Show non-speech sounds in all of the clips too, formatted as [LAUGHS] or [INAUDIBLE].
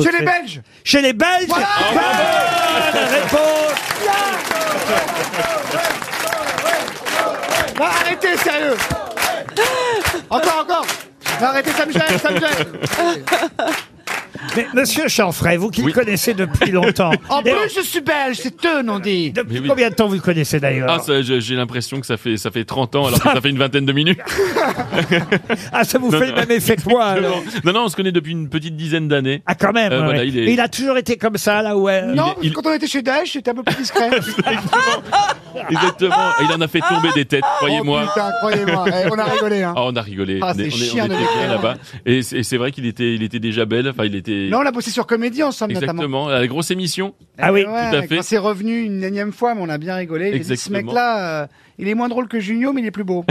Chez les Belges Chez les Belges Voilà Bonne réponse Non, arrêtez, sérieux Ah Encore, encore Non, arrêtez, ça me gêne, ça me [LAUGHS] gêne Mais monsieur Chanfray, vous qui le connaissez [LAUGHS] depuis longtemps, En et plus, je suis belge, c'est eux, non dit depuis Mais oui. combien de temps vous le connaissez d'ailleurs Ah, ça, je- j'ai l'impression que ça fait, ça fait 30 ans alors que ça fait une vingtaine [LAUGHS] de minutes. Ah, ça vous fait le même effet que [LAUGHS] moi alors Non, non, on se connaît depuis une petite dizaine d'années. Ah, quand même Euh, ouais. voilà, il est- Et il a toujours été comme ça, là où... euh, elle- Non, il- quand on était chez Daesh, c'était un peu plus discret. Exactement. Et il en a fait tomber des têtes, Oh, [LAUGHS] croyez-moi. putain, croyez-moi, Eh, [LAUGHS] on a rigolé, hein. Ah, on a rigolé. Ah, on, est- c'est on est- on chiant de était le bien faire. là-bas. Et c'est et c'est vrai qu'il était, il était déjà belle. Enfin, il était. Non, on l'a bossé sur Comédie ensemble, notamment. Exactement. La grosse émission. Ah oui, Eh ouais, tout à fait. Quand c'est revenu une énième fois, mais on a bien rigolé. J'ai dit, ce Exactement. mec-là, euh, il est moins drôle que Junio, mais il est plus beau.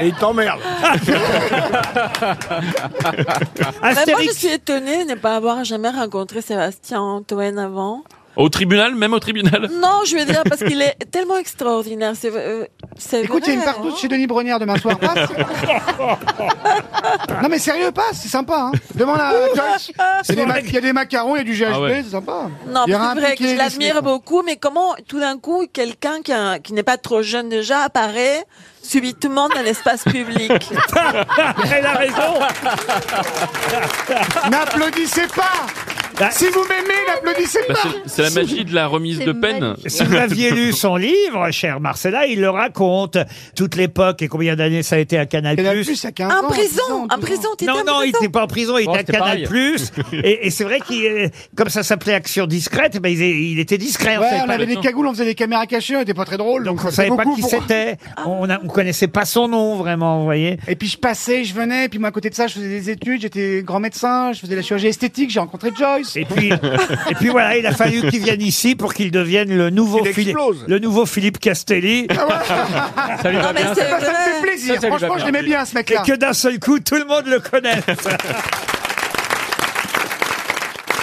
Et il t'emmerde. Mais Bah, moi, je Astérix suis étonnée de ne pas avoir jamais rencontré Sébastien Antoine avant. Au tribunal, même au Ah, tribunal. Non, je veux dire, parce qu'il est tellement extraordinaire. C'est, euh, c'est Écoute, il y a une vrai, partout hein. chez Denis Brogniard demain [LAUGHS] soir. Passe. non, mais sérieux, passe, c'est sympa. Hein. Demande [LAUGHS] à Joyce. Il y a des mac- il y a des macarons, il y a du GHB, Ah ouais. c'est sympa. Non, Il y aura c'est un vrai que piqué, je l'admire des- beaucoup, mais comment tout d'un coup quelqu'un qui, a- qui n'est pas trop jeune déjà apparaît subitement dans [LAUGHS] l'espace public [LAUGHS] Elle a raison N'applaudissez pas Bah- Si vous m'aimez, n'applaudissez Bah, pas c'est- c'est la magie de la remise C'est de peine. magique. Si vous aviez lu son livre, cher Marcella, il le raconte, toute l'époque et combien d'années ça a été à Canal+. Elle a plus, ça a 15 ans. En 10 ans, prison, 12 en ans. prison, t'étais Non, en non, il prison. n'était pas en prison, il Oh, Bon, était à c'était pareil. Canal+. [LAUGHS] et et c'est vrai qu'il, euh, comme ça s'appelait Action discrète, eh ben, il, est- il était discret. on Ouais, savait on pas avait le- des cagoules, on faisait des caméras cachées, on était pas très drôle. donc on ça savait fait pas beaucoup qui pour- c'était, on ne connaissait pas son nom vraiment, vous voyez. Et puis je passais, je venais, puis moi à côté de ça, je faisais des études, j'étais grand médecin, je faisais la chirurgie esthétique, j'ai rencontré Joyce. Et puis, [LAUGHS] et puis voilà, il a fallu qu'il vienne ici pour qu'il devienne le nouveau, Qu'il Philippe, explose. le nouveau Philippe Castelli. Ça lui Non, va mais bien. c'est Bah, ça me vrai. fait plaisir. Ça, ça lui va Franchement, bien. je l'aimais bien ce Et mec-là. que d'un seul coup, tout le monde le connaît.